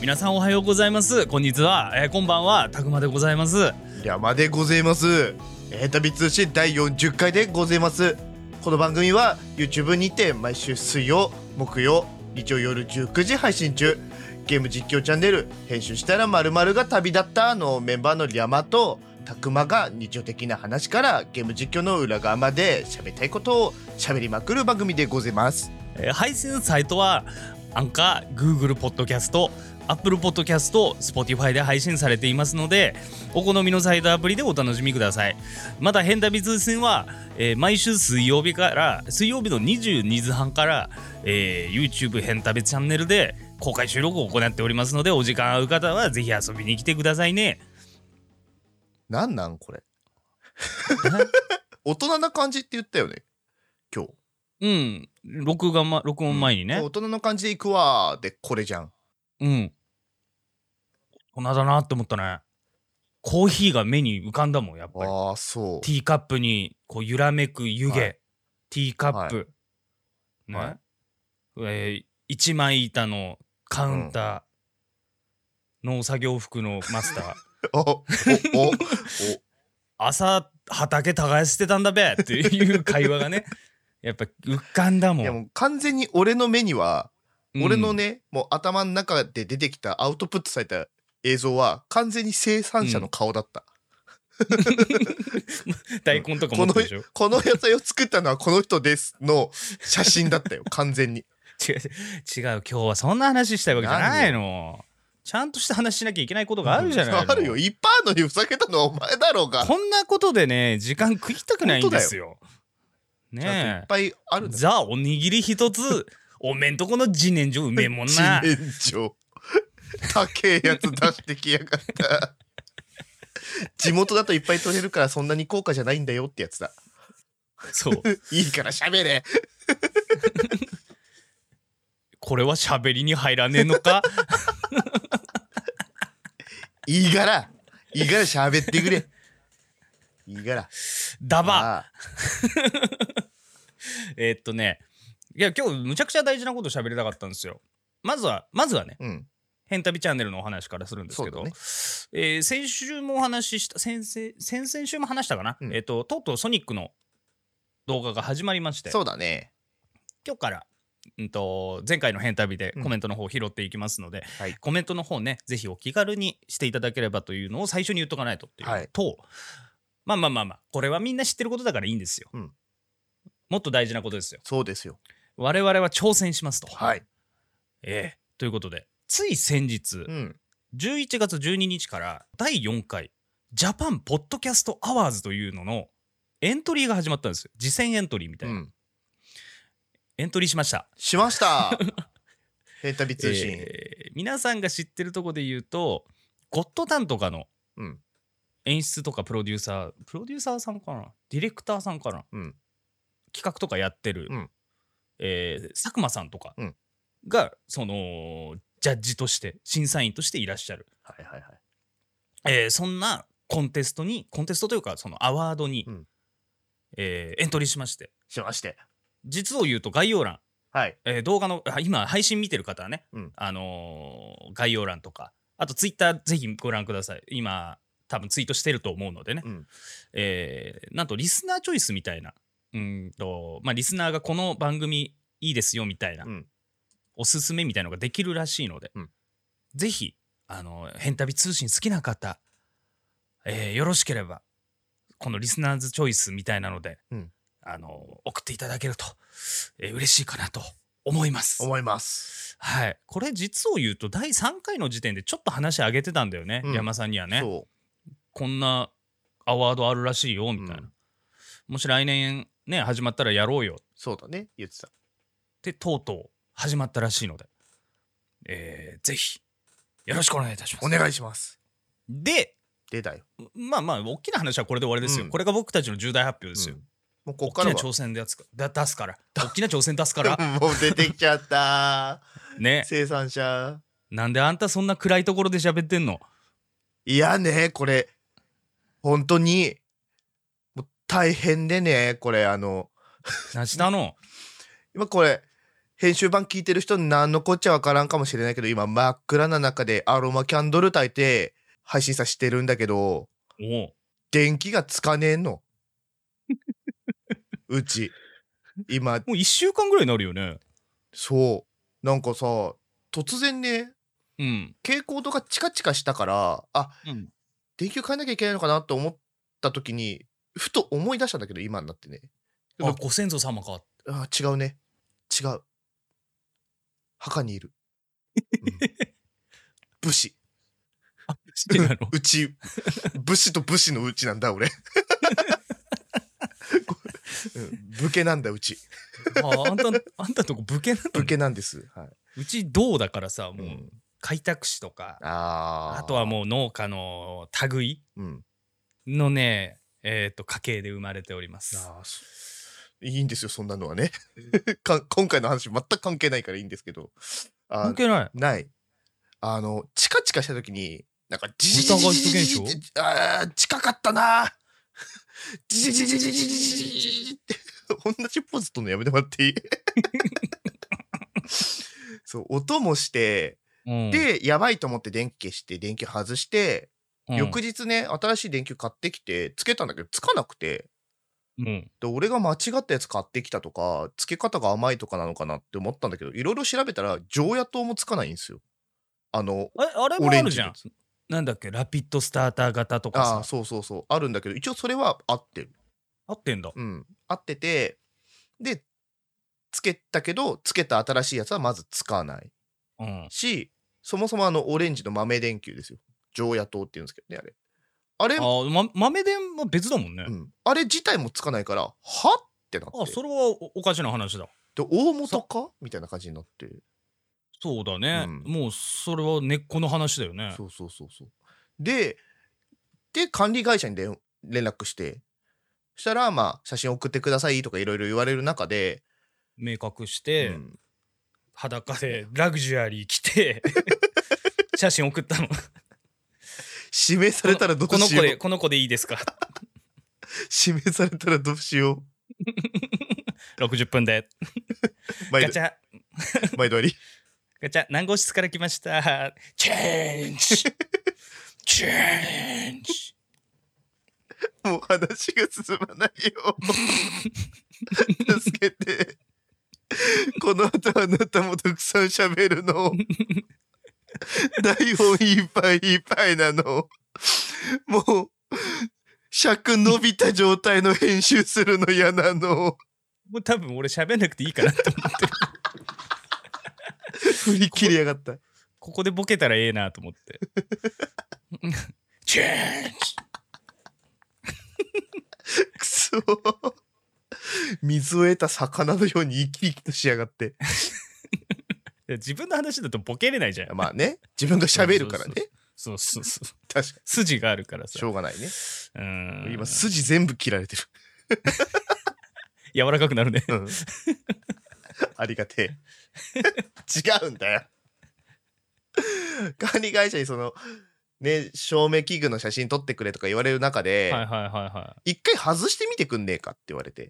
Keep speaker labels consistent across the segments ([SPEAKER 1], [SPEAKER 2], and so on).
[SPEAKER 1] 皆さんおはようございますこんにちは、えー、こんばんはたくまでございます
[SPEAKER 2] 山でございますヘタビ通信第40回でございますこの番組は YouTube にて毎週水曜木曜日曜夜19時配信中ゲーム実況チャンネル編集したら〇〇が旅立ったのメンバーのリャマとたくまが日常的な話からゲーム実況の裏側まで喋りたいことを喋りまくる番組でございます
[SPEAKER 1] えー配信サイトはアンカー、Google ポッドキャスト、Apple ポッドキャスト、Spotify で配信されていますのでお好みのサイトアプリでお楽しみくださいまた「変旅通信は」えー毎週水曜日から水曜日の22時半から、えー YouTube 変旅チャンネルで公開収録を行っておりますのでお時間合う方はぜひ遊びに来てくださいね
[SPEAKER 2] なんなんこれ大人な感じって言ったよね今日
[SPEAKER 1] うん録画、ま、録音前にね
[SPEAKER 2] 大人の感じでいくわーでこれじゃん
[SPEAKER 1] うん。大人だなって思ったね。コーヒーが目に浮かんだもん、やっぱり。
[SPEAKER 2] ああそう
[SPEAKER 1] ティーカップにこう揺らめく湯気、
[SPEAKER 2] はい
[SPEAKER 1] ティーカップ、ね
[SPEAKER 2] はい
[SPEAKER 1] えー一枚板のカウンター、農作業服のマスター、
[SPEAKER 2] おおおお
[SPEAKER 1] 朝畑耕してたんだべっていう会話がね、やっぱ浮かんだも
[SPEAKER 2] い
[SPEAKER 1] ん。
[SPEAKER 2] やもう完全に俺の目には、
[SPEAKER 1] うん
[SPEAKER 2] 俺のねもう頭の中で出てきたアウトプットされた映像は完全に生産者の顔だった、
[SPEAKER 1] 大根とか持ってるでしょ。
[SPEAKER 2] この野菜を作ったのはこの人ですの写真だっ たよ完全に
[SPEAKER 1] 違う違う今日はそんな話したいわけじゃないのちゃんとした話しなきゃいけないことがあるじゃないの
[SPEAKER 2] あるよいっぱいあるのにふざけたのはお前だろうが
[SPEAKER 1] こんなことでね時間食いたくないんですよ
[SPEAKER 2] ちゃんとい
[SPEAKER 1] ね
[SPEAKER 2] っぱいある
[SPEAKER 1] え
[SPEAKER 2] んだ
[SPEAKER 1] ザおにぎり一つおめんとこの自然薯うめえもんな
[SPEAKER 2] 自然薯高えやつ出してきやがった地元だといっぱい取れるからそんなに高価じゃないんだよってやつだ
[SPEAKER 1] そう
[SPEAKER 2] いいから喋れ
[SPEAKER 1] これは喋りに入らねえの か
[SPEAKER 2] いいから、いいから喋ってくれ。いいから。
[SPEAKER 1] ダバ
[SPEAKER 2] ああ
[SPEAKER 1] えーっとねいや今日むちゃくちゃ大事なこと喋りたかったんですよまずはまずはね
[SPEAKER 2] うん。
[SPEAKER 1] 「変旅チャンネル」のお話からするんですけ
[SPEAKER 2] そ
[SPEAKER 1] ど、
[SPEAKER 2] うだね
[SPEAKER 1] えー先週もお話しした先々先々週も話したかな、
[SPEAKER 2] うん
[SPEAKER 1] えっ、ととうとうソニックの動画が始まりまして
[SPEAKER 2] そうだね。
[SPEAKER 1] 今日から、うん、と前回の「変旅」でコメントの方を拾っていきますので、
[SPEAKER 2] はい
[SPEAKER 1] コメントの方ねぜひお気軽にしていただければというのを最初に言っとかないとっていう、
[SPEAKER 2] はい
[SPEAKER 1] とまあまあまあまあこれはみんな知ってることだからいいんですよ、
[SPEAKER 2] うん
[SPEAKER 1] もっと大事なことですよ
[SPEAKER 2] そうですよ。
[SPEAKER 1] 我々は挑戦しますと、
[SPEAKER 2] はい。
[SPEAKER 1] ええということでつい先日、
[SPEAKER 2] うん。
[SPEAKER 1] 11月12日から第4回ジャパンポッドキャストアワーズというののエントリーが始まったんですよ。次戦エントリーみた
[SPEAKER 2] う
[SPEAKER 1] いな。
[SPEAKER 2] ん。
[SPEAKER 1] エントリーしました。
[SPEAKER 2] し ました。ヘンタビ通信。
[SPEAKER 1] えー皆さんが知ってるとこで言うと、ゴッドタンとかの
[SPEAKER 2] うん。
[SPEAKER 1] 演出とかプロデューサー、プロデューサーさんかなディレクターさんかな
[SPEAKER 2] うん。
[SPEAKER 1] 企画とかやってる、
[SPEAKER 2] うん
[SPEAKER 1] えー佐久間さんとか
[SPEAKER 2] うん
[SPEAKER 1] が、その、ジャッジとして、審査員としていらっしゃる。
[SPEAKER 2] はいはいはい。
[SPEAKER 1] えーそんなコンテストにコンテストというかそのアワードに、
[SPEAKER 2] うん
[SPEAKER 1] えーエントリーしまして
[SPEAKER 2] しまして。
[SPEAKER 1] 実を言うと概要欄、
[SPEAKER 2] はい。
[SPEAKER 1] えー動画のあ今配信見てる方はね、
[SPEAKER 2] うん
[SPEAKER 1] あのー概要欄とかあとツイッターぜひご覧ください今多分ツイートしてると思うのでね、
[SPEAKER 2] うん。
[SPEAKER 1] えーなんとリスナーチョイスみたいなうーんとまあリスナーがこの番組いいですよみたいな、
[SPEAKER 2] うん。
[SPEAKER 1] おすすめみたいのができるらしいので、
[SPEAKER 2] うん
[SPEAKER 1] ぜひあの「変旅通信」好きな方、えーよろしければこのリスナーズチョイスみたいなので、
[SPEAKER 2] うん
[SPEAKER 1] あの送っていただけると、えー嬉しいかなと思います。
[SPEAKER 2] 思います。
[SPEAKER 1] はい、これ実を言うと第3回の時点でちょっと話上げてたんだよね、
[SPEAKER 2] うん
[SPEAKER 1] 山さんにはね
[SPEAKER 2] そ
[SPEAKER 1] こんなアワードあるらしいよみたいな、
[SPEAKER 2] うん
[SPEAKER 1] もし来年ね始まったらやろうよ
[SPEAKER 2] う。そうだね。言ってた。
[SPEAKER 1] でとうとう始まったらしいので、えーぜひよろしくお願いいたします。
[SPEAKER 2] お願いします。
[SPEAKER 1] で
[SPEAKER 2] 出たよ。
[SPEAKER 1] まあまあ大きな話はこれで終わりですよ、
[SPEAKER 2] うん
[SPEAKER 1] これが僕たちの重大発表で
[SPEAKER 2] う
[SPEAKER 1] すよ。
[SPEAKER 2] んもうこっ
[SPEAKER 1] 大
[SPEAKER 2] か
[SPEAKER 1] き
[SPEAKER 2] ら
[SPEAKER 1] な
[SPEAKER 2] は。
[SPEAKER 1] 挑戦でやつかだ出すから大きな挑戦出すから
[SPEAKER 2] もう出てきちゃった。
[SPEAKER 1] ね
[SPEAKER 2] 生産者。
[SPEAKER 1] なんであんたそんな暗いところで喋ってんの
[SPEAKER 2] いやね、これ、本当に、もう大変でね、これ、あの、
[SPEAKER 1] なしたの
[SPEAKER 2] 今これ編集版聞いてる人何のこっちゃわからんかもしれないけど今真っ暗な中でアロマキャンドル焚いて配信させてるんだけど
[SPEAKER 1] おう
[SPEAKER 2] 電気がつかねえのうち今
[SPEAKER 1] もう1週間ぐらいになるよね
[SPEAKER 2] そうなんかさ突然ね
[SPEAKER 1] うん
[SPEAKER 2] 蛍光灯がチカチカしたからあ、
[SPEAKER 1] うん
[SPEAKER 2] 電球変えなきゃいけないのかなと思った時にふと思い出したんだけど今になってね
[SPEAKER 1] あご先祖様か
[SPEAKER 2] あ違うね違う墓にいる、うん、武士
[SPEAKER 1] あ知ってたの
[SPEAKER 2] うち武士と武士のうちなんだ俺こうん武家なんだうち
[SPEAKER 1] ああんたあんたとこ武家なの
[SPEAKER 2] 武家なんです、は
[SPEAKER 1] うち銅だからさ
[SPEAKER 2] い
[SPEAKER 1] もう開拓士とか
[SPEAKER 2] あ
[SPEAKER 1] あ
[SPEAKER 2] ー
[SPEAKER 1] とはもう農家の類
[SPEAKER 2] うん
[SPEAKER 1] のねえっ、と家系で生まれております
[SPEAKER 2] あーそいいんですよそんなのはねか今回の話全く関係ないからいいんですけどあ
[SPEAKER 1] 関係ない
[SPEAKER 2] ないあのチカチカした時になんかジ
[SPEAKER 1] 疑い人現象
[SPEAKER 2] ジジジジあー近かったなジジジジジジジジジジって同じポーズとのやめてもらっていいそう音もして
[SPEAKER 1] うん、
[SPEAKER 2] でやばいと思って電気消して電球外して、
[SPEAKER 1] うん、
[SPEAKER 2] 翌日ね新しい電球買ってきてつけたんだけどつかなくて
[SPEAKER 1] うん
[SPEAKER 2] で俺が間違ったやつ買ってきたとか付け方が甘いとかなのかなって思ったんだけどいろいろ調べたら常夜灯もつかないんですよあの
[SPEAKER 1] あれあれも
[SPEAKER 2] オレ
[SPEAKER 1] あ
[SPEAKER 2] ン
[SPEAKER 1] る
[SPEAKER 2] ジ
[SPEAKER 1] じゃ
[SPEAKER 2] のや
[SPEAKER 1] んなんだっけラピッドスターター型とか
[SPEAKER 2] ああ
[SPEAKER 1] さ
[SPEAKER 2] そうそうそうあるんだけど一応それは合ってる
[SPEAKER 1] 合ってんだ
[SPEAKER 2] うん合っててでつけたけどつけた新しいやつはまずつかない
[SPEAKER 1] うん
[SPEAKER 2] しそもそもあのオレンジの豆電球ですよ常夜灯っていうんですけどねあれあれ
[SPEAKER 1] あ、ま、豆電は別だもんね、
[SPEAKER 2] うん、あれ自体もつかないからはってなって
[SPEAKER 1] あそれはおおかしな話だ
[SPEAKER 2] で大元かみたいな感じになって
[SPEAKER 1] そうだね、
[SPEAKER 2] うん
[SPEAKER 1] もうそれは根っこの話だよね
[SPEAKER 2] そうそうそうそう。で、で、管理会社に連連絡して、そしたら、まあ、写真送ってくださいとかいろいろ言われる中で、
[SPEAKER 1] 明確して、
[SPEAKER 2] うん
[SPEAKER 1] 裸でラグジュアリー着 て写真送ったの
[SPEAKER 2] 指名されたらどう
[SPEAKER 1] この
[SPEAKER 2] し
[SPEAKER 1] 子
[SPEAKER 2] よ
[SPEAKER 1] で
[SPEAKER 2] う。
[SPEAKER 1] この子でいいですか
[SPEAKER 2] 指名されたらどうしよ
[SPEAKER 1] 60分で
[SPEAKER 2] う。毎
[SPEAKER 1] ガ
[SPEAKER 2] 度
[SPEAKER 1] チャ
[SPEAKER 2] 毎度あり。
[SPEAKER 1] ガチャ何号室から来ましたチェ ンジチェンジ
[SPEAKER 2] もう話が進まないよ。助けて。この後あなたもたくさん喋るの。台本いっぱいいっぱいなの。もう、尺伸びた状態の編集するの嫌なの。
[SPEAKER 1] もう多分俺喋んなくていいかなと思って
[SPEAKER 2] 振り切りやがった。
[SPEAKER 1] ここでボケたらええなと思って チェンジ
[SPEAKER 2] くそ。水を得た魚のように生き生きとしやがって。
[SPEAKER 1] いや自分の話だとボケれないじゃん
[SPEAKER 2] まあね、自分が喋るからね。
[SPEAKER 1] そうそうそう
[SPEAKER 2] 確か
[SPEAKER 1] 筋があるから
[SPEAKER 2] に。
[SPEAKER 1] さ
[SPEAKER 2] しょうがないね。
[SPEAKER 1] うーん
[SPEAKER 2] 今筋全部切られてる。
[SPEAKER 1] 柔らかくなるね
[SPEAKER 2] うんありがてえ違うんだよ管理会社にそのね照明器具の写真撮ってくれとか言われる中で、
[SPEAKER 1] はいはいはいは
[SPEAKER 2] 一回外してみてくんねえかって言われて
[SPEAKER 1] い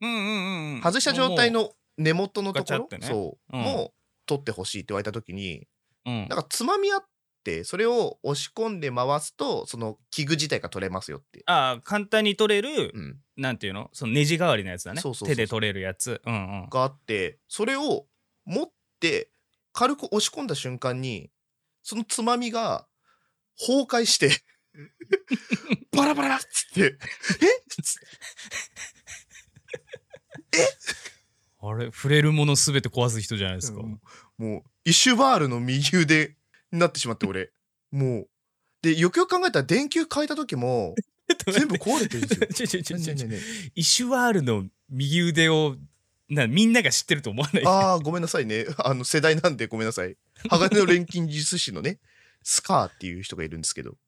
[SPEAKER 1] うんうんうん
[SPEAKER 2] 外した状態の根元のとこ
[SPEAKER 1] ガチャ
[SPEAKER 2] ろ
[SPEAKER 1] っ、てね
[SPEAKER 2] そう、
[SPEAKER 1] うん
[SPEAKER 2] もう撮ってほしいって言われた時に
[SPEAKER 1] うん
[SPEAKER 2] なんかつまみあってそれを押し込んで回すとその器具自体が取れますよって、
[SPEAKER 1] ああ簡単に取れる、
[SPEAKER 2] うん、
[SPEAKER 1] なんていうのそのネジ代わりのやつだね
[SPEAKER 2] そうそうそうそう
[SPEAKER 1] 手で取れるやつうんうん
[SPEAKER 2] があってそれを持って軽く押し込んだ瞬間にそのつまみが崩壊して バラバラっつって「えっ?つって
[SPEAKER 1] あれ触れるものすべて壊す人じゃないで」すか、
[SPEAKER 2] もうイシュバールの右腕になってしまって俺もうでよくよく考えたら電球変えた時も全部壊れてるんですよ。
[SPEAKER 1] ちょ ちょちょちょちょ
[SPEAKER 2] ねえねえね
[SPEAKER 1] イシュワールの右腕をなみんなが知ってると思わな
[SPEAKER 2] え
[SPEAKER 1] い
[SPEAKER 2] ああごめんなさいねあの世代なんでごめんなさい鋼の錬金術師のねスカーっていう人がいるんですけど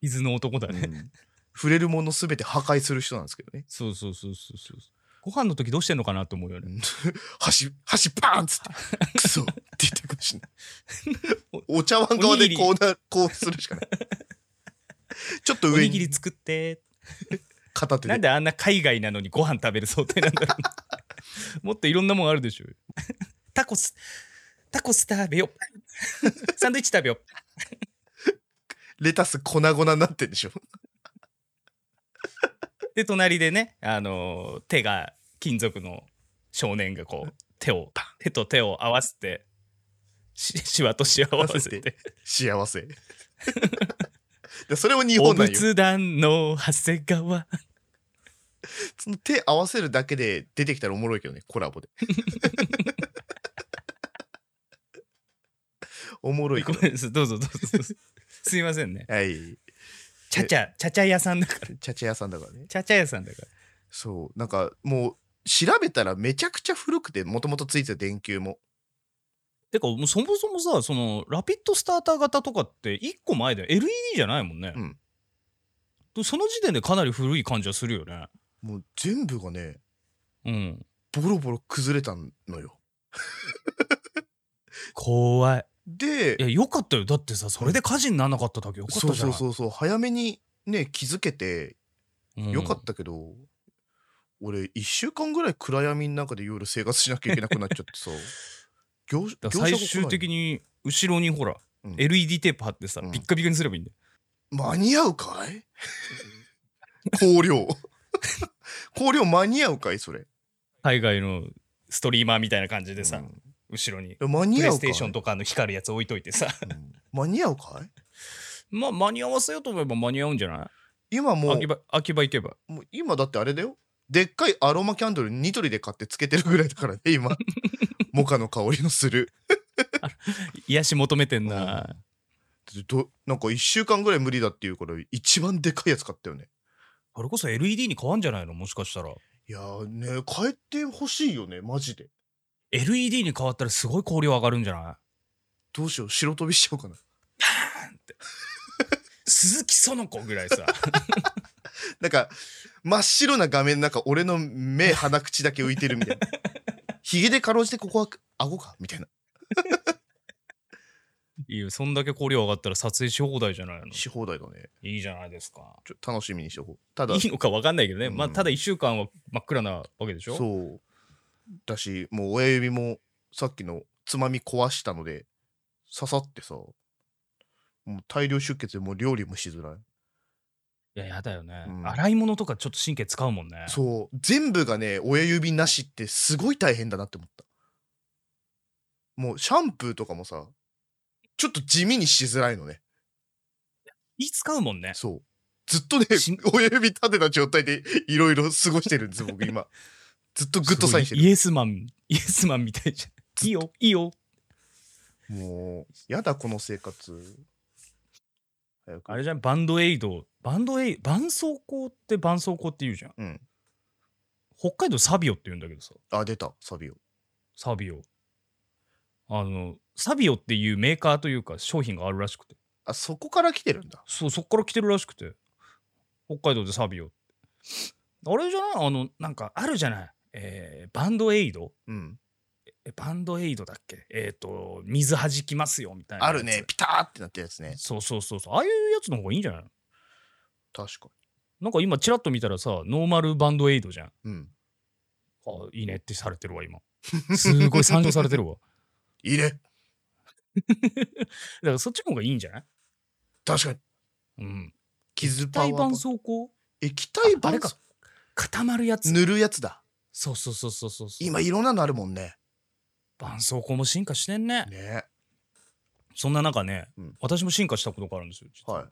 [SPEAKER 1] 水の男だね、
[SPEAKER 2] うん触れるものすべて破壊する人なんですけどね。
[SPEAKER 1] そうそうそうそうそうご飯の時どうしてんのかなと思うよね
[SPEAKER 2] 箸、箸パーンっつって、クソって言ってるかもしれない。 お茶碗側でこうな、こうするし かない。ちょっと
[SPEAKER 1] お
[SPEAKER 2] 上
[SPEAKER 1] にぎ
[SPEAKER 2] に
[SPEAKER 1] り作って
[SPEAKER 2] 片手
[SPEAKER 1] なん
[SPEAKER 2] で。
[SPEAKER 1] であ んな海外なのにご飯食べる想定なんだろうもっといろんなもんあるでしょ タコスタコス食べようサンドイッチ食べよう
[SPEAKER 2] レタス粉々になってんで しょ
[SPEAKER 1] で隣でね、あのー手が金属の少年がこう手を手と手を合わせてししわとしわを合わせ
[SPEAKER 2] 合わせ
[SPEAKER 1] て
[SPEAKER 2] 幸せでそれを日
[SPEAKER 1] お
[SPEAKER 2] 本なんよ
[SPEAKER 1] 仏壇の長谷川
[SPEAKER 2] その手合わせるだけで出てきたらおもろいけどねコラボで おもろいけ
[SPEAKER 1] ご
[SPEAKER 2] ど
[SPEAKER 1] めんなさいどうぞどうぞどうぞすいませんね
[SPEAKER 2] はい
[SPEAKER 1] ちゃちゃちゃちゃ屋さんだ から
[SPEAKER 2] 茶々屋さんだからね
[SPEAKER 1] ちゃちゃ屋さんだから
[SPEAKER 2] そうなんかもう調べたらめちゃくちゃ古くてもともとついてた電球も
[SPEAKER 1] てかもうそもそもさそのラピッドスターター型とかって1個前で LED じゃないもんね、
[SPEAKER 2] うん
[SPEAKER 1] でその時点でかなり古い感じはするよね
[SPEAKER 2] もう全部がね
[SPEAKER 1] うん
[SPEAKER 2] ボロボロ崩れたのよ
[SPEAKER 1] 怖い
[SPEAKER 2] で
[SPEAKER 1] いやよかったよだってさそれで火事にならなかっただけよかっ
[SPEAKER 2] そ
[SPEAKER 1] た
[SPEAKER 2] う
[SPEAKER 1] じゃ
[SPEAKER 2] そ
[SPEAKER 1] ん
[SPEAKER 2] うそうそう早めにね気づけてよかったけど、俺1週間ぐらい暗闇の中で夜生活しなきゃいけなくなっちゃって さ業
[SPEAKER 1] た
[SPEAKER 2] 業者が来ない
[SPEAKER 1] 最終的に後ろにほら、
[SPEAKER 2] うん
[SPEAKER 1] LED テープ貼ってさ、
[SPEAKER 2] うん
[SPEAKER 1] ビッカビカにすればいいんだよ
[SPEAKER 2] 間に合うかい香 料香料間に合うかいそれ
[SPEAKER 1] 海外のストリーマーみたいな感じでさ、
[SPEAKER 2] うん
[SPEAKER 1] 後ろに
[SPEAKER 2] 間
[SPEAKER 1] プ
[SPEAKER 2] に
[SPEAKER 1] レ
[SPEAKER 2] 合
[SPEAKER 1] イ
[SPEAKER 2] う
[SPEAKER 1] ス
[SPEAKER 2] か
[SPEAKER 1] テ
[SPEAKER 2] い
[SPEAKER 1] ーションとかの光るやつ置いといてさ
[SPEAKER 2] うん間に合うかい
[SPEAKER 1] まあ間に合わせようと思えば間に合うんじゃない
[SPEAKER 2] 今もう
[SPEAKER 1] 秋葉秋葉行けば
[SPEAKER 2] もう今だってあれだよでっかいアロマキャンドルニトリで買ってつけてるぐらいだからね今モカの香りのする
[SPEAKER 1] 癒し求めてんな、
[SPEAKER 2] どなんか1週間ぐらい無理だっていうから一番でっかいやつ買ったよね
[SPEAKER 1] それこそ LED に変わんじゃないのもしかしたら
[SPEAKER 2] いやーね変えてほしいよねマジで
[SPEAKER 1] LED に変わったらすごい効率上がるんじゃない
[SPEAKER 2] どうしよう白飛びしちゃおうかな
[SPEAKER 1] 鈴木園子ぐらい さ
[SPEAKER 2] なんか真っ白な画面の中俺の目鼻口だけ浮いてるみたいなヒゲでかろうじてここは顎かみたいない
[SPEAKER 1] いよそんだけ効率上がったら撮影し放題じゃないの
[SPEAKER 2] し放題だね
[SPEAKER 1] いいじゃないですか
[SPEAKER 2] ちょ楽しみにしとこうただ
[SPEAKER 1] いいのか分かんないけどね、
[SPEAKER 2] うん
[SPEAKER 1] まあただ1週間は真っ暗なわけでしょ
[SPEAKER 2] そうだしもう親指もさっきのつまみ壊したので刺さってさもう大量出血でもう料理もしづらい
[SPEAKER 1] いややだよね、
[SPEAKER 2] うん
[SPEAKER 1] 洗い物とかちょっと神経使うもんね
[SPEAKER 2] そう全部がね親指なしってすごい大変だなって思ったもうシャンプーとかもさちょっと地味にしづらいのね
[SPEAKER 1] 気使うもんね
[SPEAKER 2] そうずっとね
[SPEAKER 1] しん
[SPEAKER 2] 親指立てた状態でいろいろ過ごしてるんです僕今ずっとグッドサインして
[SPEAKER 1] すごい
[SPEAKER 2] る
[SPEAKER 1] イエスマンイエスマンみたいじゃんいいよいいよ
[SPEAKER 2] もうやだこの生活早く
[SPEAKER 1] あれじゃんバンドエイドバンドエイ絆創膏って絆創膏って言うじゃん
[SPEAKER 2] うん
[SPEAKER 1] 北海道サビオって言うんだけどさ
[SPEAKER 2] あ出たサビオ
[SPEAKER 1] サビオあのサビオっていうメーカーというか商品があるらしくて
[SPEAKER 2] あそこから来てるんだ
[SPEAKER 1] そうそっから来てるらしくて北海道でサビオってあれじゃないあのなんかあるじゃない、えーバンドエイド
[SPEAKER 2] うん
[SPEAKER 1] えバンドエイドだっけえっ、と水弾きますよみたいな
[SPEAKER 2] あ
[SPEAKER 1] やつ
[SPEAKER 2] るねピターってなったやつね
[SPEAKER 1] そうそうそうそうああいうやつの方がいいんじゃないの
[SPEAKER 2] 確か
[SPEAKER 1] なんか今チラッと見たらさノーマルバンドエイドじゃんあ
[SPEAKER 2] にうん
[SPEAKER 1] いいねってされてるわ 今すごい参照されてるわ
[SPEAKER 2] いいね
[SPEAKER 1] だからそっちの方がいいんじゃない
[SPEAKER 2] 確かに
[SPEAKER 1] うん
[SPEAKER 2] 傷パワ
[SPEAKER 1] 大
[SPEAKER 2] ー
[SPEAKER 1] 絆創膏
[SPEAKER 2] 液体
[SPEAKER 1] ああれ
[SPEAKER 2] 絆
[SPEAKER 1] か
[SPEAKER 2] 創
[SPEAKER 1] 固まるやつ
[SPEAKER 2] 塗るやつだ
[SPEAKER 1] そうそうそうそうそうそう
[SPEAKER 2] 今いろんなのあるもんね
[SPEAKER 1] 絆創膏も進化してんね
[SPEAKER 2] ね
[SPEAKER 1] そんな中ね、
[SPEAKER 2] うん
[SPEAKER 1] 私も進化したことがあるんですよ実は
[SPEAKER 2] はい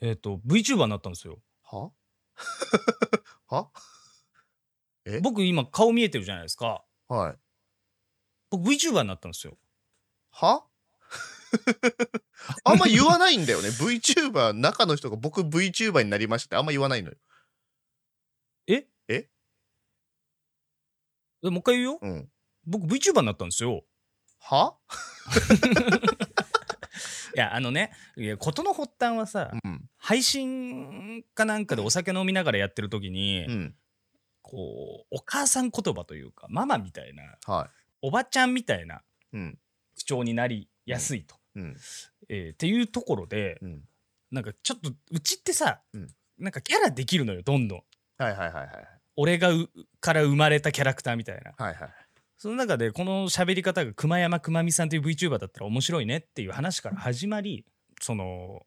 [SPEAKER 1] えっ、と VTuber になったんですよ
[SPEAKER 2] はは え
[SPEAKER 1] 僕今顔見えてるじゃないですか
[SPEAKER 2] はい
[SPEAKER 1] 僕 VTuber になったんですよ
[SPEAKER 2] はあんま言わないんだよね VTuber 中の人が僕 VTuber になりましたってあんま言わないのよ
[SPEAKER 1] え
[SPEAKER 2] え
[SPEAKER 1] えもう一回言うよ
[SPEAKER 2] うん
[SPEAKER 1] 僕 VTuber になったんですよ
[SPEAKER 2] はい
[SPEAKER 1] やあのねいや事の発端はさ、
[SPEAKER 2] うん
[SPEAKER 1] 配信かなんかでお酒飲みながらやってる時に、
[SPEAKER 2] うん
[SPEAKER 1] こうお母さん言葉というかママみたいな
[SPEAKER 2] は
[SPEAKER 1] おばちゃんみたいない
[SPEAKER 2] うん
[SPEAKER 1] 口調になりやすいと、
[SPEAKER 2] うん
[SPEAKER 1] えーっていうところで
[SPEAKER 2] うん
[SPEAKER 1] なんかちょっとうちってさ、
[SPEAKER 2] うん
[SPEAKER 1] なんかキャラできるのよどんどん
[SPEAKER 2] はいはいはいはい
[SPEAKER 1] 俺がうから生まれたキャラクターみたいな
[SPEAKER 2] はいはい
[SPEAKER 1] その中でこの喋り方が熊山くまみさんという VTuber だったら面白いねっていう話から始まりその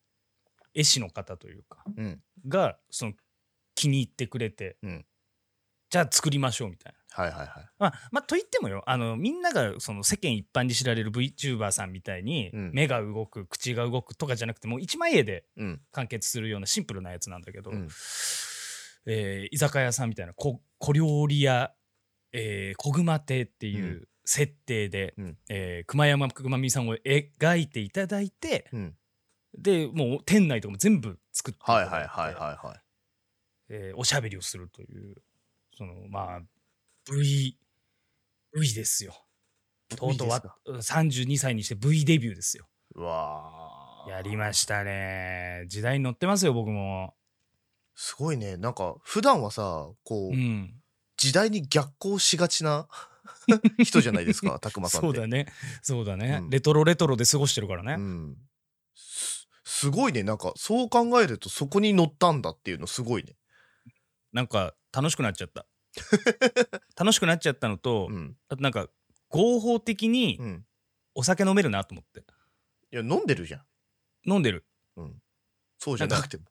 [SPEAKER 1] 絵師の方というか
[SPEAKER 2] うん
[SPEAKER 1] がその気に入ってくれて、
[SPEAKER 2] うん
[SPEAKER 1] じゃあ作りましょうみたいな。
[SPEAKER 2] はいはいはい
[SPEAKER 1] まあ、まあ、と言ってもよあのみんながその世間一般に知られる VTuber さんみたいに、
[SPEAKER 2] うん
[SPEAKER 1] 目が動く口が動くとかじゃなくてもう一枚絵で
[SPEAKER 2] うん
[SPEAKER 1] 完結するようなシンプルなやつなんだけど、
[SPEAKER 2] うん
[SPEAKER 1] えー居酒屋さんみたいな小小料理屋、えー、小熊亭っていうう設定で、
[SPEAKER 2] うん
[SPEAKER 1] えー熊山くまみさんを描いていただいて
[SPEAKER 2] うん
[SPEAKER 1] でもう店内とかも全部作っていた
[SPEAKER 2] は
[SPEAKER 1] だ
[SPEAKER 2] い
[SPEAKER 1] いて
[SPEAKER 2] はいはいはいはい
[SPEAKER 1] えーおしゃべりをするというそのまあ V V ですよ。とうとうわ
[SPEAKER 2] いいですか
[SPEAKER 1] 32歳にして V デビューですよ。
[SPEAKER 2] うわー
[SPEAKER 1] やりましたね。時代に乗ってますよ僕も。
[SPEAKER 2] すごいねなんか普段はさこう、
[SPEAKER 1] うん。
[SPEAKER 2] 時代に逆行しが ちな人じゃないですかたくまさんって
[SPEAKER 1] そうだねそうだね、
[SPEAKER 2] うん
[SPEAKER 1] レトロレトロで過ごしてるからね、
[SPEAKER 2] うん、すすごいねなんかそう考えるとそこに乗ったんだっていうのすごいね。
[SPEAKER 1] なんか楽しくなっちゃった 楽しくなっちゃったのと、
[SPEAKER 2] うん
[SPEAKER 1] あとなんか合法的に
[SPEAKER 2] うん、
[SPEAKER 1] お酒飲めるなと思って
[SPEAKER 2] いや飲んでるじゃん
[SPEAKER 1] 飲んでる
[SPEAKER 2] そうじゃなく ても。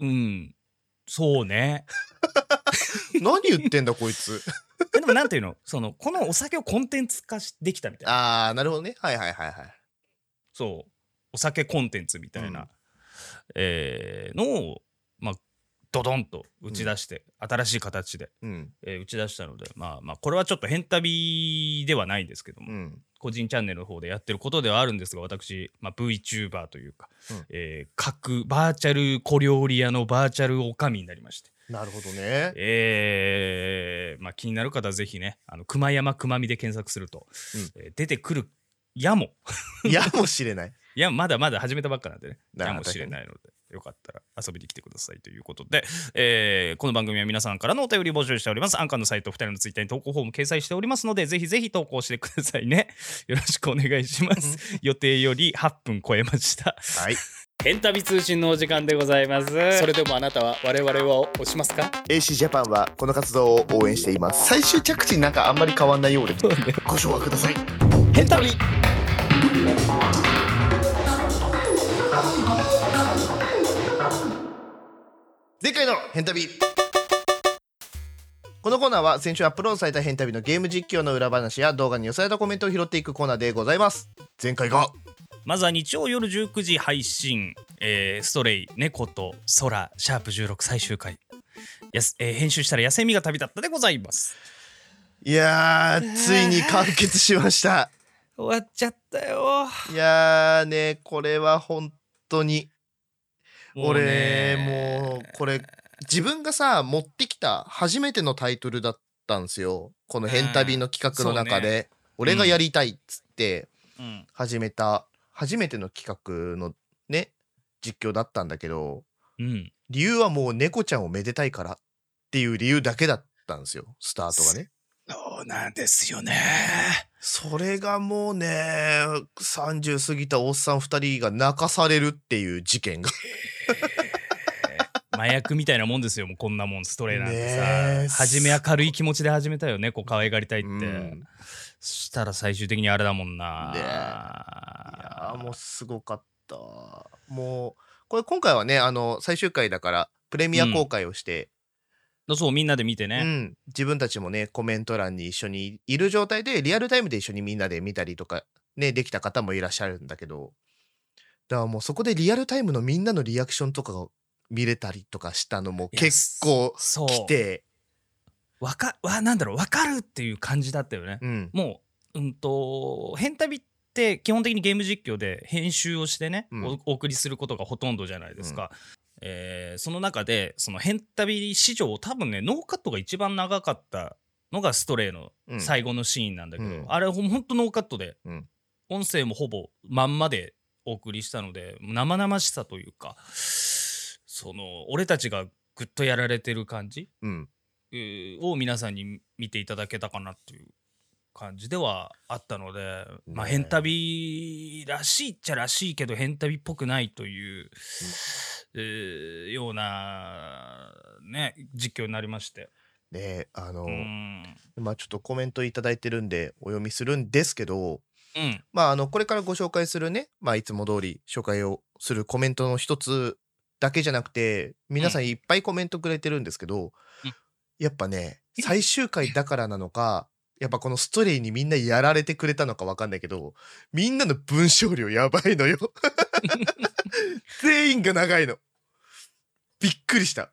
[SPEAKER 1] うんそう ね
[SPEAKER 2] 何言ってんだこいつ。
[SPEAKER 1] でもなんていうのそのこのお酒をコンテンツ化しできたみたいな
[SPEAKER 2] あーなるほどねはいはいはいはい。
[SPEAKER 1] そうお酒コンテンツみたいな、
[SPEAKER 2] うん
[SPEAKER 1] えーのをまあドドンと打ち出して、新しい形で、
[SPEAKER 2] うん
[SPEAKER 1] えー打ち出したのでまあまあこれはちょっと変旅ではないんですけども
[SPEAKER 2] うん
[SPEAKER 1] 個人チャンネルの方でやってることではあるんですが私、まあ、VTuber というか、
[SPEAKER 2] うん
[SPEAKER 1] えー各バーチャル小料理屋のバーチャルおかみになりまして、
[SPEAKER 2] なるほどね。
[SPEAKER 1] えーまあ、気になる方はぜひね「あの熊山くまみ」で検索すると、
[SPEAKER 2] う
[SPEAKER 1] えー出てくるやも
[SPEAKER 2] やもしれない。
[SPEAKER 1] いやまだまだ始めたばっかなんでね
[SPEAKER 2] なる
[SPEAKER 1] や
[SPEAKER 2] ほど
[SPEAKER 1] もしれないので。よかったら遊びに来てくださいということで、えーこの番組は皆さんからのお便り募集しております。アンカーのサイト、2人のツイッターに投稿フォーム掲載しておりますので、ぜひぜひ投稿してくださいね。 よろしくお願いします。予定より8分超えました。
[SPEAKER 2] はい。
[SPEAKER 1] エンタビ通信のお時間でございます。
[SPEAKER 3] それでもあなたは我々を押しますか
[SPEAKER 2] AC ジャパンはこの活動を応援しています。最終着地なんかあんまり変わんないようで。ご紹介ください。
[SPEAKER 1] ヘンタビ
[SPEAKER 2] 前回の変旅このコーナーは先週アップロードされた変旅のゲーム実況の裏話や動画に寄せられたコメントを拾っていくコーナーでございます前回が
[SPEAKER 1] まずは日曜夜19時配信、えーストレイ、猫と空、シャープ16最終回。やすえー編集したら野生味が旅立ったでございます。
[SPEAKER 2] いやーついに完結しました
[SPEAKER 1] 終わっちゃったよ。
[SPEAKER 2] いやーねこれは本当に俺
[SPEAKER 1] ね
[SPEAKER 2] もうこれ自分がさ持ってきた初めてのタイトルだったんですよこの変旅の企画の中
[SPEAKER 1] うんそう
[SPEAKER 2] で、俺がやりたいっつって、
[SPEAKER 1] うん
[SPEAKER 2] 始めた初めての企画のね実況だったんだけど
[SPEAKER 1] うん、
[SPEAKER 2] 理由はもう猫ちゃんをめでたいからっていう理由だけだったんですよスタートがね
[SPEAKER 1] そうなんですよね。
[SPEAKER 2] それがもうね30過ぎたおっさん2人が泣かされるっていう事件が
[SPEAKER 1] 麻薬みたいなもんですよ、もうこんなもん、ストレイなんてさ。
[SPEAKER 2] ねえ
[SPEAKER 1] 初め明るい気持ちで始めたよね、こう可愛がりたいって。
[SPEAKER 2] うん
[SPEAKER 1] そしたら最終的にあれだもんな。
[SPEAKER 2] ねえいやーもうすごかったもうこれ今回はねあの最終回だからプレミア公開をして、
[SPEAKER 1] そう、みんなで見て
[SPEAKER 2] う
[SPEAKER 1] ね。
[SPEAKER 2] ん、自分たちもねコメント欄に一緒にいる状態でリアルタイムで一緒にみんなで見たりとかねできた方もいらっしゃるんだけどだからもうそこでリアルタイムのみんなのリアクションとかが見れたりとかしたのも
[SPEAKER 1] いや
[SPEAKER 2] 結構
[SPEAKER 1] そう。
[SPEAKER 2] 来て
[SPEAKER 1] わか、わ、なんだろう、わかるっていう感じだったよね。
[SPEAKER 2] うん
[SPEAKER 1] もう、うんと、変旅って基本的にゲーム実況で編集をしてね、
[SPEAKER 2] うん
[SPEAKER 1] おお送りすることがほとんどじゃないですか。えーその中で、その変旅史上、多分ね、ノーカットが一番長かったのがストレイの
[SPEAKER 2] うん
[SPEAKER 1] 最後のシーンなんだけど、
[SPEAKER 2] うん
[SPEAKER 1] あれほんほんとノーカットで、
[SPEAKER 2] うん
[SPEAKER 1] 音声もほぼまんまでお送りしたので生々しさというかその俺たちがぐっとやられてる感じ
[SPEAKER 2] うん
[SPEAKER 1] えーを皆さんに見ていただけたかなっていう感じではあったので、まあ
[SPEAKER 2] ねえ
[SPEAKER 1] 変旅らしいっちゃらしいけど変旅っぽくないという、えーようなね実況になりまして
[SPEAKER 2] であの、
[SPEAKER 1] うん
[SPEAKER 2] まあちょっとコメントいただいてるんでお読みするんですけど
[SPEAKER 1] うん
[SPEAKER 2] まああのこれからご紹介するねまあいつも通り紹介をするコメントの一つだけじゃなくて皆さんいっぱいコメントくれてるんですけど、
[SPEAKER 1] うん
[SPEAKER 2] やっぱね最終回だからなのかやっぱこのストーリーにみんなやられてくれたのかわかんないけどみんなの文章量やばいの よ全員が長いのびっくりした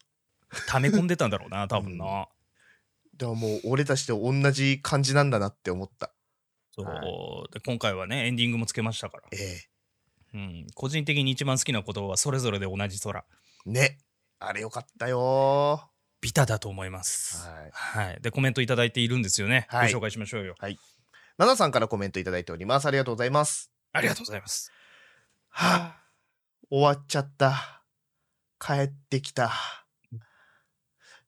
[SPEAKER 1] 溜め込んでたんだろう な多分な、
[SPEAKER 2] でももう俺たちと同じ感じなんだなって思った
[SPEAKER 1] そう、
[SPEAKER 2] は
[SPEAKER 1] で今回はねエンディングもつけましたから、
[SPEAKER 2] え
[SPEAKER 1] う
[SPEAKER 2] え
[SPEAKER 1] ん、個人的に一番好きな言葉はそれぞれで同じ空
[SPEAKER 2] ねあれよかったよ
[SPEAKER 1] ビタだと思います
[SPEAKER 2] はい
[SPEAKER 1] はい、でコメントいただいているんですよね、
[SPEAKER 2] はい
[SPEAKER 1] ご紹介しましょうよ
[SPEAKER 2] ナナさんからコメントいただいておりますありがとうございます
[SPEAKER 1] ありがとうございます
[SPEAKER 2] はあ終わっちゃった帰ってきた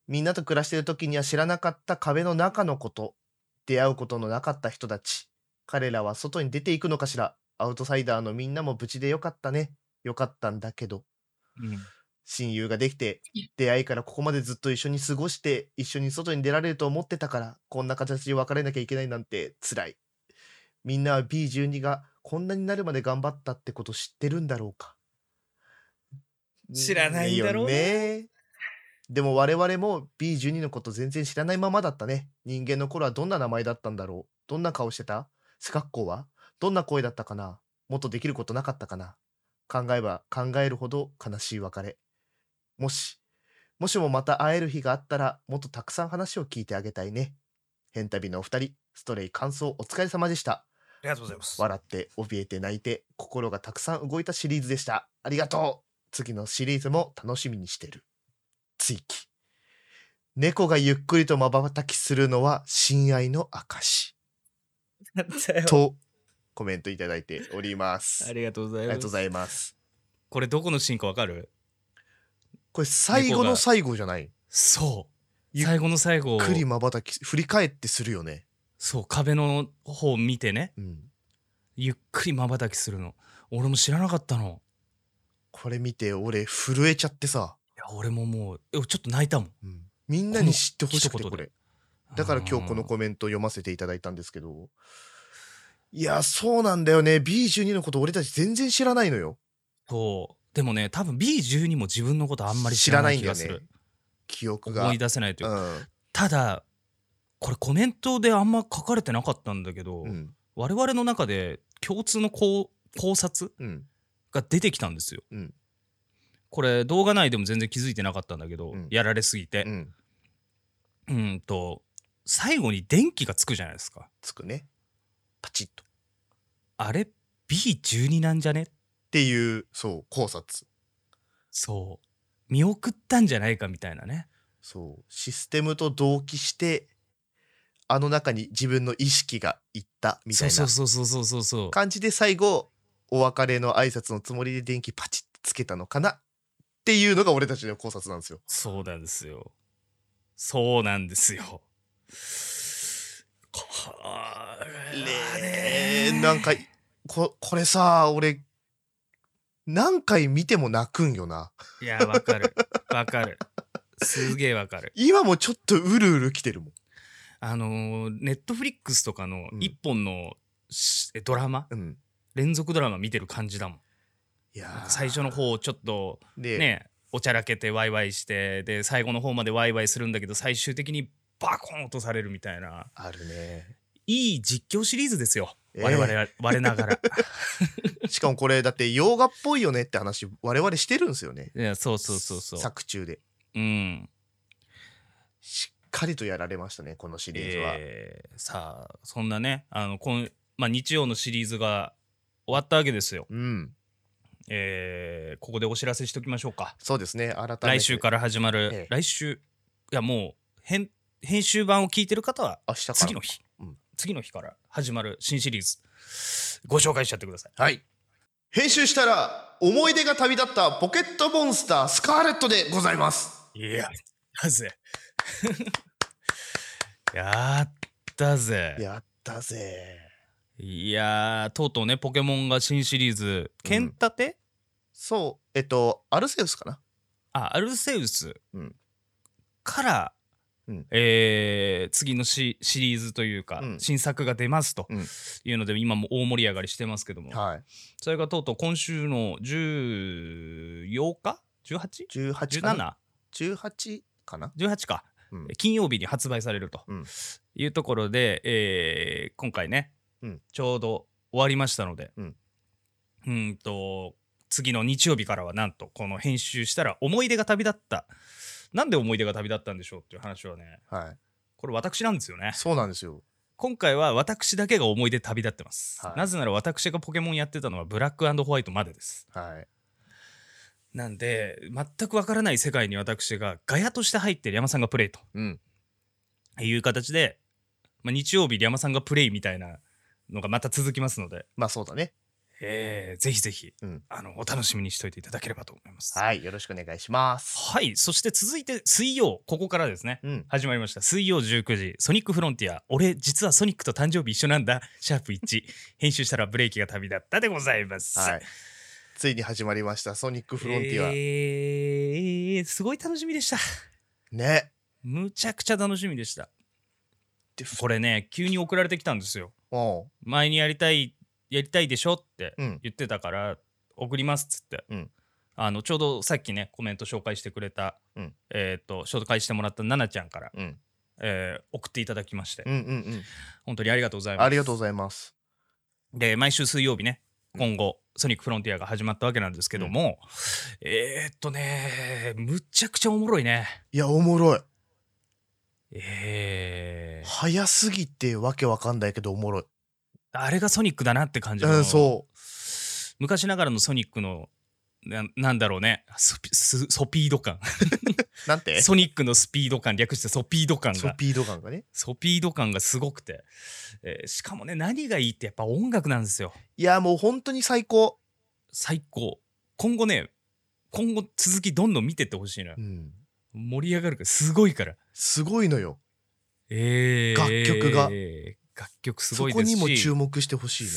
[SPEAKER 2] みんなと暮らしてる時には知らなかった壁の中のこと出会うことのなかった人たち彼らは外に出ていくのかしらアウトサイダーのみんなも無事でよかったねよかったんだけど
[SPEAKER 1] うん
[SPEAKER 2] 親友ができて出会いからここまでずっと一緒に過ごして一緒に外に出られると思ってたからこんな形で別れなきゃいけないなんて辛いみんなは B12 がこんなになるまで頑張ったってこと知ってるんだろうか
[SPEAKER 1] 知らないんだろうな
[SPEAKER 2] よねでも我々も B12 のこと全然知らないままだったね人間の頃はどんな名前だったんだろうどんな顔してた背格好はどんな声だったかなもっとできることなかったかな考えば考えるほど悲しい別れもし、もしもまた会える日があったら、もっとたくさん話を聞いてあげたいね。変旅のお二人、ストレイ感想お疲れ様でした。
[SPEAKER 1] ありがとうございます
[SPEAKER 2] 笑って、怯えて泣いて、心がたくさん動いたシリーズでした。ありがとう次のシリーズも楽しみにしてる。追記。猫がゆっくりと瞬きするのは親愛の証。と、コメントいただいております。
[SPEAKER 1] あ
[SPEAKER 2] あり
[SPEAKER 1] りがとうござい
[SPEAKER 2] が
[SPEAKER 1] ま
[SPEAKER 2] とうご
[SPEAKER 1] す
[SPEAKER 2] ざいます。
[SPEAKER 1] これどこのシーンかわかる
[SPEAKER 2] これ最後
[SPEAKER 1] 猫
[SPEAKER 2] の
[SPEAKER 1] が
[SPEAKER 2] 最後じゃない
[SPEAKER 1] そう
[SPEAKER 2] ゆっ
[SPEAKER 1] 最後の最後
[SPEAKER 2] ゆっくりまばたき振り返ってするよね。
[SPEAKER 1] そう壁の方を見てね
[SPEAKER 2] うん、
[SPEAKER 1] ゆっくりまばたきするの俺も知らなかったの
[SPEAKER 2] これ見て俺震えちゃってさ、
[SPEAKER 1] いや俺ももうえちょっと泣いたもん
[SPEAKER 2] うんみんなに知ってほしく
[SPEAKER 1] こ
[SPEAKER 2] て
[SPEAKER 1] の一言
[SPEAKER 2] こ
[SPEAKER 1] で
[SPEAKER 2] れだから今日このコメント読ませていただいたんですけどいやそうなんだよね B12 のこと俺たち全然知らないのよ
[SPEAKER 1] そうでもね多分 B12 も自分のことあんまり知らない気がす
[SPEAKER 2] 知らない
[SPEAKER 1] る
[SPEAKER 2] ん、記憶が
[SPEAKER 1] 思い出せないといううか、
[SPEAKER 2] ん
[SPEAKER 1] ただこれコメントであんま書かれてなかったんだけど、
[SPEAKER 2] うん
[SPEAKER 1] 我々の中で共通の考考察
[SPEAKER 2] うん
[SPEAKER 1] が出てきたんですよ、
[SPEAKER 2] うん
[SPEAKER 1] これ動画内でも全然気づいてなかったんだけど、
[SPEAKER 2] うん
[SPEAKER 1] やられすぎて
[SPEAKER 2] う、ん
[SPEAKER 1] うん、と最後に電気がつくじゃないですか
[SPEAKER 2] つくねパチッとっ
[SPEAKER 1] あれ B12 なんじゃね
[SPEAKER 2] ていうそう考察
[SPEAKER 1] そう見送ったんじゃないかみたいなね
[SPEAKER 2] そうシステムと同期してあの中に自分の意識がいったみたいな
[SPEAKER 1] そうそうそうそうそうそう
[SPEAKER 2] 感じで最後お別れの挨拶のつもりで電気パチッつけたのかなっていうのが俺たちの考察なんですよ。
[SPEAKER 1] そうなんですよ。そうなんですよ。これはね
[SPEAKER 2] なんかここれさ俺何回見ても泣くんよな。
[SPEAKER 1] いや、わかる。わかる。すげえわかる。
[SPEAKER 2] 今もちょっとうるうる来てるもん。
[SPEAKER 1] あのー、ネットフリックスとかの
[SPEAKER 2] うん
[SPEAKER 1] 一本のし、えドラマ、
[SPEAKER 2] うん、
[SPEAKER 1] 連続ドラマ見てる感じだもん。
[SPEAKER 2] いや
[SPEAKER 1] なん
[SPEAKER 2] ー
[SPEAKER 1] か最初の方、ちょっと
[SPEAKER 2] で、
[SPEAKER 1] ね、おちゃらけてワイワイして、で、最後の方までワイワイするんだけど、最終的にバコン落とされるみたいな。
[SPEAKER 2] あるね。
[SPEAKER 1] いい実況シリーズですよ。
[SPEAKER 2] ええ
[SPEAKER 1] 我々は、我なが ら。
[SPEAKER 2] しかもこれだって洋画っぽいよねって話我々してるんですよね。
[SPEAKER 1] いやそうそうそうそう。
[SPEAKER 2] 作中で
[SPEAKER 1] うん。
[SPEAKER 2] しっかりとやられましたねこのシリーズは。
[SPEAKER 1] えーさあそんなねあの今、まあ、日曜のシリーズが終わったわけですよ。
[SPEAKER 2] うん
[SPEAKER 1] えーここでお知らせしときましょうか。
[SPEAKER 2] そうですね改めて
[SPEAKER 1] 来週から始まる、
[SPEAKER 2] ええ
[SPEAKER 1] 来週いやもう編編集版を聞いてる方は
[SPEAKER 2] 明日から
[SPEAKER 1] 次の日、
[SPEAKER 2] うん
[SPEAKER 1] 次の日から始まる新シリーズご紹介しちゃってください。
[SPEAKER 2] はい。編集したら、思い出が旅立ったポケットモンスタースカーレットでございます。
[SPEAKER 1] いやだぜ やったぜ。
[SPEAKER 2] やったぜ。
[SPEAKER 1] いやーとうとうねポケモンが新シリーズ「剣立て」
[SPEAKER 2] そう、えっと、アルセウスかな。
[SPEAKER 1] あアルセウス
[SPEAKER 2] うん
[SPEAKER 1] から
[SPEAKER 2] うん
[SPEAKER 1] えー次のシシリーズというか、
[SPEAKER 2] うん
[SPEAKER 1] 新作が出ますと
[SPEAKER 2] うん
[SPEAKER 1] いうので、今も大盛り上がりしてますけども、
[SPEAKER 2] はい
[SPEAKER 1] それがとうとう今週の14日 ?18?17?18
[SPEAKER 2] 18かな18かな、
[SPEAKER 1] か、
[SPEAKER 2] うん
[SPEAKER 1] 金曜日に発売されると
[SPEAKER 2] うん
[SPEAKER 1] いうところで、えー今回ね、
[SPEAKER 2] うん
[SPEAKER 1] ちょうど終わりましたので、
[SPEAKER 2] うん
[SPEAKER 1] うーんと次の日曜日からはなんとこの編集したら思い出が旅立ったなんで思い出が旅立ったんでしょうっていう話はね
[SPEAKER 2] はい、
[SPEAKER 1] これ私なんですよね
[SPEAKER 2] そうなんですよ
[SPEAKER 1] 今回は私だけが思い出旅立ってます、
[SPEAKER 2] はい
[SPEAKER 1] なぜなら私がポケモンやってたのはブラックホワイトまでです
[SPEAKER 2] はい
[SPEAKER 1] なんで全くわからない世界に私がガヤとして入ってる山さんがプレイと
[SPEAKER 2] うん
[SPEAKER 1] いう形で、まあ、日曜日山さんがプレイみたいなのがまた続きますので、
[SPEAKER 2] まあそうだね
[SPEAKER 1] えーぜひぜひ、
[SPEAKER 2] うん
[SPEAKER 1] あのお楽しみにしておいていただければと思います。
[SPEAKER 2] はいよろしくお願いします
[SPEAKER 1] はいそして続いて水曜ここからですね
[SPEAKER 2] うん
[SPEAKER 1] 始まりました水曜19時「ソニックフロンティア俺実はソニックと誕生日一緒なんだ」シャープ1 編集したらブレーキが旅立ったでございます。
[SPEAKER 2] はいついに始まりましたソニックフロンティア、
[SPEAKER 1] えーすごい楽しみでした。
[SPEAKER 2] ね
[SPEAKER 1] むちゃくちゃ楽しみでした
[SPEAKER 2] で
[SPEAKER 1] これね急に送られてきたんですよ
[SPEAKER 2] おう
[SPEAKER 1] 前にやりたいやりたいでしょって
[SPEAKER 2] うん
[SPEAKER 1] 言ってたから送りますっつって、
[SPEAKER 2] うん
[SPEAKER 1] あのちょうどさっきねコメント紹介してくれた、
[SPEAKER 2] うん
[SPEAKER 1] えっ、と紹介してもらった奈々ちゃんから、
[SPEAKER 2] うん
[SPEAKER 1] えー送っていただきまして、
[SPEAKER 2] うんうんうん
[SPEAKER 1] 本当にありがとうございます
[SPEAKER 2] ありがとうございます
[SPEAKER 1] で毎週水曜日ね今後、ソニックフロンティアが始まったわけなんですけども、えー、っとねむちゃくちゃおもろいね
[SPEAKER 2] いやおもろい
[SPEAKER 1] えー、
[SPEAKER 2] 早すぎてわけわかんないけどおもろい
[SPEAKER 1] あれがソニックだなって感じの、
[SPEAKER 2] うんそう
[SPEAKER 1] 昔ながらのソニックのななんだろうねソピスソピード感
[SPEAKER 2] なんて
[SPEAKER 1] ソニックのスピード感略してソピード感
[SPEAKER 2] ソ
[SPEAKER 1] が
[SPEAKER 2] ピード感がね
[SPEAKER 1] ソピード感がすごくて、えーしかもね何がいいってやっぱ音楽なんですよ
[SPEAKER 2] いやもう本当に最高
[SPEAKER 1] 最高今後ね今後続きどんどん見てってほしいのよ
[SPEAKER 2] うん
[SPEAKER 1] 盛り上がるからすごいから
[SPEAKER 2] すごいのよ
[SPEAKER 1] えー
[SPEAKER 2] 楽曲が
[SPEAKER 1] 楽曲す
[SPEAKER 2] そ
[SPEAKER 1] ごい
[SPEAKER 2] こ
[SPEAKER 1] ですし
[SPEAKER 2] にも注目してほしいね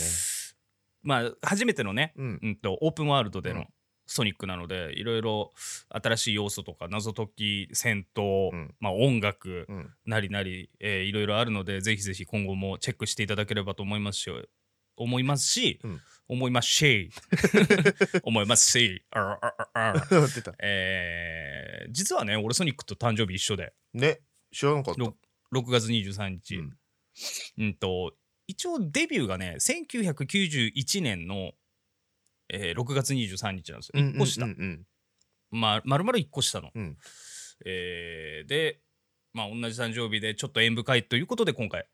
[SPEAKER 1] まあ初めてのね
[SPEAKER 2] うん
[SPEAKER 1] うんと、オープンワールドで
[SPEAKER 2] う
[SPEAKER 1] の
[SPEAKER 2] ん
[SPEAKER 1] ソニックなので、いろいろ新しい要素とか謎解き戦闘、
[SPEAKER 2] うん
[SPEAKER 1] まあ、音楽
[SPEAKER 2] うん
[SPEAKER 1] なりなり、えーいろいろあるのでぜひぜひ今後もチェックしていただければと思いますし思いますし、
[SPEAKER 2] うん
[SPEAKER 1] 思います し思いますしあらあらあら
[SPEAKER 2] 出た
[SPEAKER 1] えー実はね俺ソニックと誕生日一緒で
[SPEAKER 2] ね知らなかった
[SPEAKER 1] ろ6月23日、
[SPEAKER 2] う
[SPEAKER 1] うんん、と一応デビューがね1991年の、えー6月23日なんですよ1個下、
[SPEAKER 2] うんうん
[SPEAKER 1] ままるまる1個下の、
[SPEAKER 2] うん
[SPEAKER 1] えーで、まあ、同じ誕生日でちょっと縁深いということで今回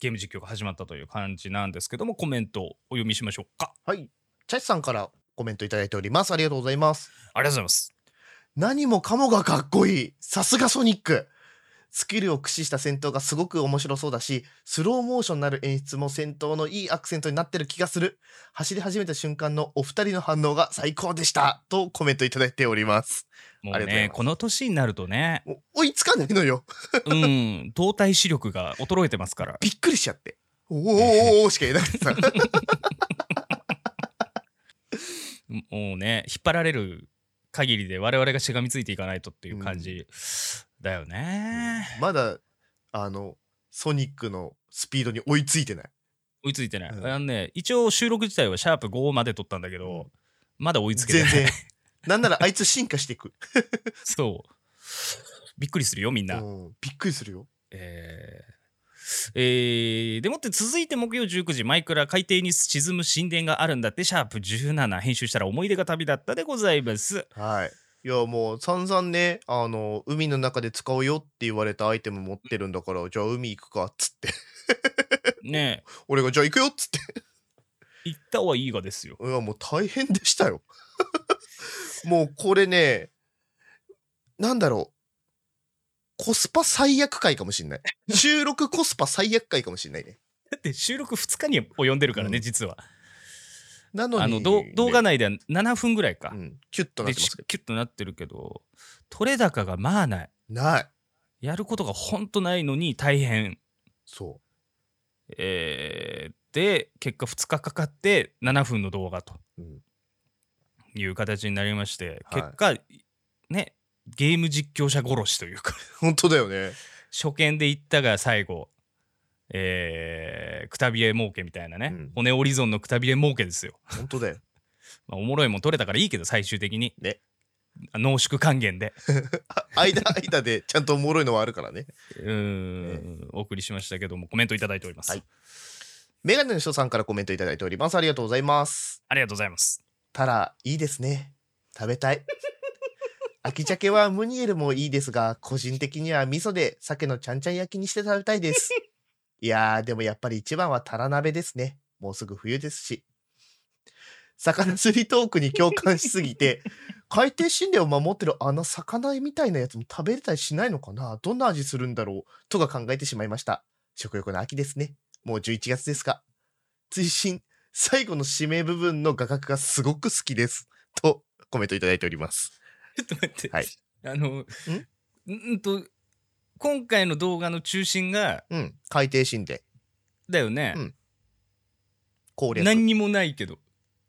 [SPEAKER 1] ゲーム実況が始まったという感じなんですけどもコメントをお読みしましょうか
[SPEAKER 2] はいチャチさんからコメントいただいておりますありがとうございます
[SPEAKER 1] ありがとうございます
[SPEAKER 2] 何もかもがかっこいいさすがソニックスキルを駆使した戦闘がすごく面白そうだしスローモーションなる演出も戦闘のいいアクセントになってる気がする走り始めた瞬間のお二人の反応が最高でしたとコメントいただいております
[SPEAKER 1] も
[SPEAKER 2] あ
[SPEAKER 1] う
[SPEAKER 2] りがとうござい
[SPEAKER 1] ね
[SPEAKER 2] ます
[SPEAKER 1] この年になるとね
[SPEAKER 2] もう追いつかないのよ
[SPEAKER 1] うん動体視力が衰えてますから
[SPEAKER 2] びっくりしちゃっておーおーおーしか言えなくてさ
[SPEAKER 1] もうね引っ張られる限りで我々がしがみついていかないとっていう感じだよね、
[SPEAKER 2] まだあのソニックのスピードに追いついてない
[SPEAKER 1] 追いついてない、
[SPEAKER 2] うん
[SPEAKER 1] あのね一応収録自体はシャープ5まで撮ったんだけど、まだ追いつけて
[SPEAKER 2] 全
[SPEAKER 1] ない
[SPEAKER 2] 然 なんならあいつ進化していく、
[SPEAKER 1] そうびっくりするよみん
[SPEAKER 2] う
[SPEAKER 1] な、
[SPEAKER 2] ん、びっくりするよ
[SPEAKER 1] えーえーでもって続いて木曜19時マイクラ海底に沈む神殿があるんだってシャープ17編集したら思い出が旅立ったでござい ます
[SPEAKER 2] はいいやもう散々ねあの海の中で使うよって言われたアイテム持ってるんだからじゃあ海行くかっつって
[SPEAKER 1] ねえ
[SPEAKER 2] 俺がじゃあ行くよっつって
[SPEAKER 1] 行ったはいいがですよ
[SPEAKER 2] いやもう大変でしたよ もうこれねなんだろうコスパ最悪回かもしんない収録コスパ最悪回かもしんないね
[SPEAKER 1] だって収録2日に及んでるからね、
[SPEAKER 2] うん
[SPEAKER 1] 実は
[SPEAKER 2] なのに
[SPEAKER 1] あのどう動画内では7分ぐらいか、
[SPEAKER 2] うん、キュッとなっ
[SPEAKER 1] で
[SPEAKER 2] てますけ
[SPEAKER 1] キュッとなってるけど取れ高がまあない
[SPEAKER 2] どない
[SPEAKER 1] やることがほんとないのに大変
[SPEAKER 2] そ
[SPEAKER 1] えーで結果2日かかって7分の動画と
[SPEAKER 2] う、うん、
[SPEAKER 1] いう形になりまして、
[SPEAKER 2] はい
[SPEAKER 1] 結果ねゲーム実況者殺しという か
[SPEAKER 2] 本当だよね
[SPEAKER 1] 初見で行ったが最後えーくたびれ儲けみたいなね、
[SPEAKER 2] うん
[SPEAKER 1] 骨折り損のくたびれ儲けですよ、
[SPEAKER 2] 本当だよ
[SPEAKER 1] まあ、おもろいもん取れたからいいけど最終的に、
[SPEAKER 2] ね
[SPEAKER 1] 濃縮還元で
[SPEAKER 2] あ間間でちゃんとおもろいのはあるからね
[SPEAKER 1] うーんお送りしましたけどもコメントいただいております、
[SPEAKER 2] はいメガネの人さんからコメントいただいておりますありがとうございます
[SPEAKER 1] ありがとうございます
[SPEAKER 2] たらいいですね食べたい 秋鮭はムニエルもいいですが個人的には味噌で鮭のちゃんちゃん焼きにして食べたいですいやーでもやっぱり一番はタラ鍋ですねもうすぐ冬ですし魚釣りトークに共感しすぎて海底神殿を守ってるあの魚みたいなやつも食べれたりしないのかなどんな味するんだろうとか考えてしまいました食欲の秋ですねもう11月ですか追伸最後の指名部分の画角がすごく好きです。とコメントいただいております。
[SPEAKER 1] ちょっと待って、
[SPEAKER 2] はい
[SPEAKER 1] あのんんと今回の動画の中心が
[SPEAKER 2] うん。海底神殿。
[SPEAKER 1] だよね、
[SPEAKER 2] うん攻略。
[SPEAKER 1] 何にもないけど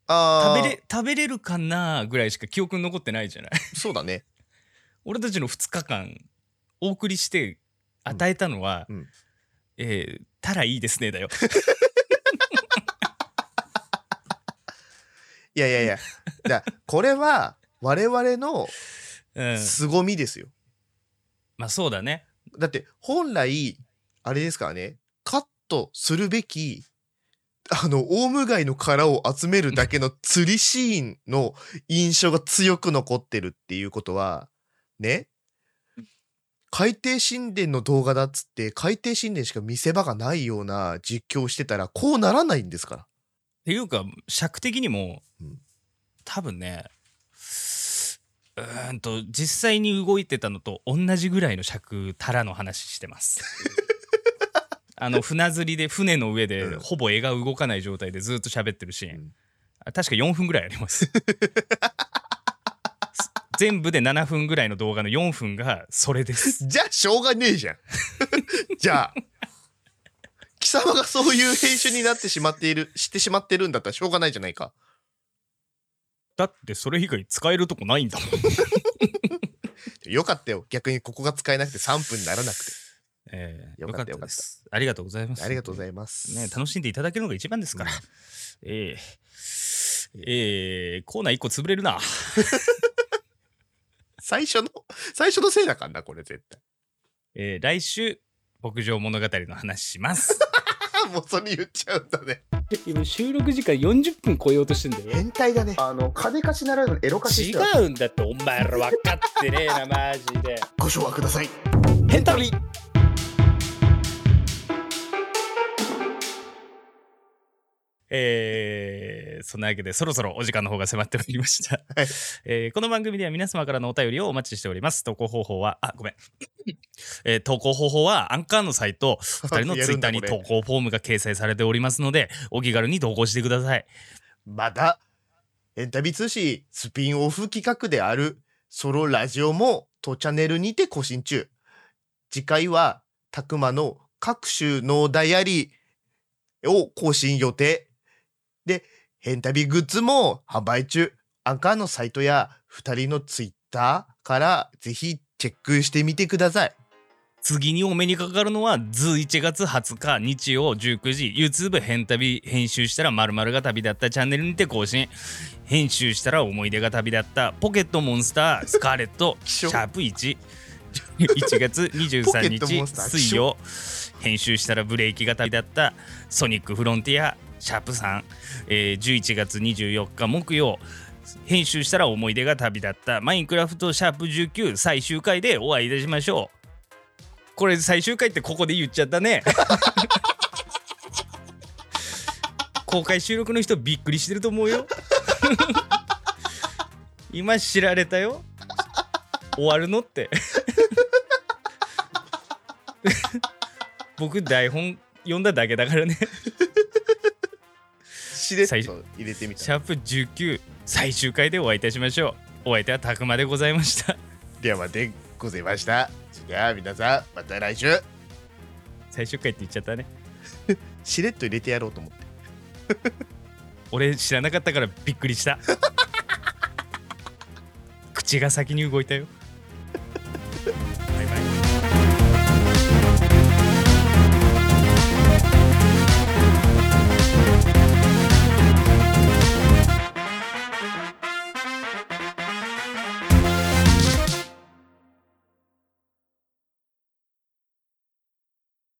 [SPEAKER 2] あー
[SPEAKER 1] 食べれ食べれるかなぐらいしか記憶に残ってないじゃない
[SPEAKER 2] そうだね。
[SPEAKER 1] 俺たちの2日間お送りして与えたのは「
[SPEAKER 2] うんうん
[SPEAKER 1] えーたらいいですね」だよ
[SPEAKER 2] いやいやいや。だこれは我々の
[SPEAKER 1] うん
[SPEAKER 2] 凄みですよ。
[SPEAKER 1] まあそうだね
[SPEAKER 2] だって本来、あれですからね、カットするべき、あの、オウムガイの殻を集めるだけの釣りシーンの印象が強く残ってるっていうことは、ね、海底神殿の動画だっつって、海底神殿しか見せ場がないような実況をしてたら、こうならないんですから。
[SPEAKER 1] っていうか尺的にも、
[SPEAKER 2] うん
[SPEAKER 1] 多分ねうーんと実際に動いてたのと同じぐらいの尺たらの話してます あの船釣りで船の上で
[SPEAKER 2] うん
[SPEAKER 1] ほぼ絵が動かない状態でずっと喋ってるシーン、
[SPEAKER 2] うん
[SPEAKER 1] あ確か4分ぐらいあります す全部で7分ぐらいの動画の4分がそれ です
[SPEAKER 2] じゃあ、しょうがねえじゃん。 じゃあ。貴様がそういう編集になってしまっている、してしまってるんだったらしょうがないじゃないか。
[SPEAKER 1] だってそれ以外使えるとこないんだもん、
[SPEAKER 2] よかったよ。逆にここが使えなくて3分にならなくて。
[SPEAKER 1] えーよ
[SPEAKER 2] よか
[SPEAKER 1] か
[SPEAKER 2] っ
[SPEAKER 1] ったたですありがとうございます
[SPEAKER 2] ありがとうございます。
[SPEAKER 1] ね、楽しんでいただけるのが一番ですから。ええええコーナー1個潰れるな。
[SPEAKER 2] 最初の、最初のせいだからな、これ絶対。
[SPEAKER 1] ええ来週、牧場物語の話します。
[SPEAKER 2] あもうそれ言っちゃうんだね。
[SPEAKER 3] 今収録時間40分超えようとしてんだよ
[SPEAKER 2] 態だね。あの、金貸しならぬエロ
[SPEAKER 3] 違うんだってお前ら分かってねえなマジで
[SPEAKER 2] ご唱和くだ さい。
[SPEAKER 3] ヘンタリ
[SPEAKER 1] えーそんなわけでそろそろお時間の方が迫ってまいりました、
[SPEAKER 2] はい
[SPEAKER 1] えーこの番組では皆様からのお便りをお待ちしております投稿方法はあごめん、えー投稿方法はアンカーのサイト2人のツイッターに投稿フォームが掲載されておりますのでお気軽に投稿してください
[SPEAKER 2] また、エンタビ通信スピンオフ企画であるソロラジオも当チャンネルにて更新中。次回は、たくまの各種のダイアリーを更新予定。で、ヘンタビグッズも販売中。アンカーのサイトや二人のツイッターからぜひチェックしてみてください。
[SPEAKER 1] 次にお目にかかるのは11月20日日曜19時 YouTube 変旅編集したら〇〇が旅立ったチャンネルにて更新編集したら思い出が旅立ったポケットモンスタースカーレットシ
[SPEAKER 2] 希少
[SPEAKER 1] ャープ1 1月
[SPEAKER 2] ポケット
[SPEAKER 1] 23
[SPEAKER 2] モンスター
[SPEAKER 1] 日水曜編集したらブレーキが旅立ったソニックフロンティアシャープ3、えー、11月24日木曜編集したら思い出が旅立ったマインクラフトシャープ19最終回でお会いいたしましょうこれ最終回ってここで言っちゃった ね公開収録の人びっくりしてると思うよ 今知られたよ終わるのって僕台本読んだだけだからね
[SPEAKER 2] しれっと
[SPEAKER 1] 最
[SPEAKER 2] 入れてみ
[SPEAKER 1] シャ
[SPEAKER 2] た。
[SPEAKER 1] ープ19最終回でお会いいたしましょうお相手はたくまでございました
[SPEAKER 2] ではまでございました。じゃあ皆さん、また来週。
[SPEAKER 1] 最終回って言っちゃったね
[SPEAKER 2] しれっと入れてやろうと思って。
[SPEAKER 1] 俺 知らなかったからびっくりした口が先に動いたよ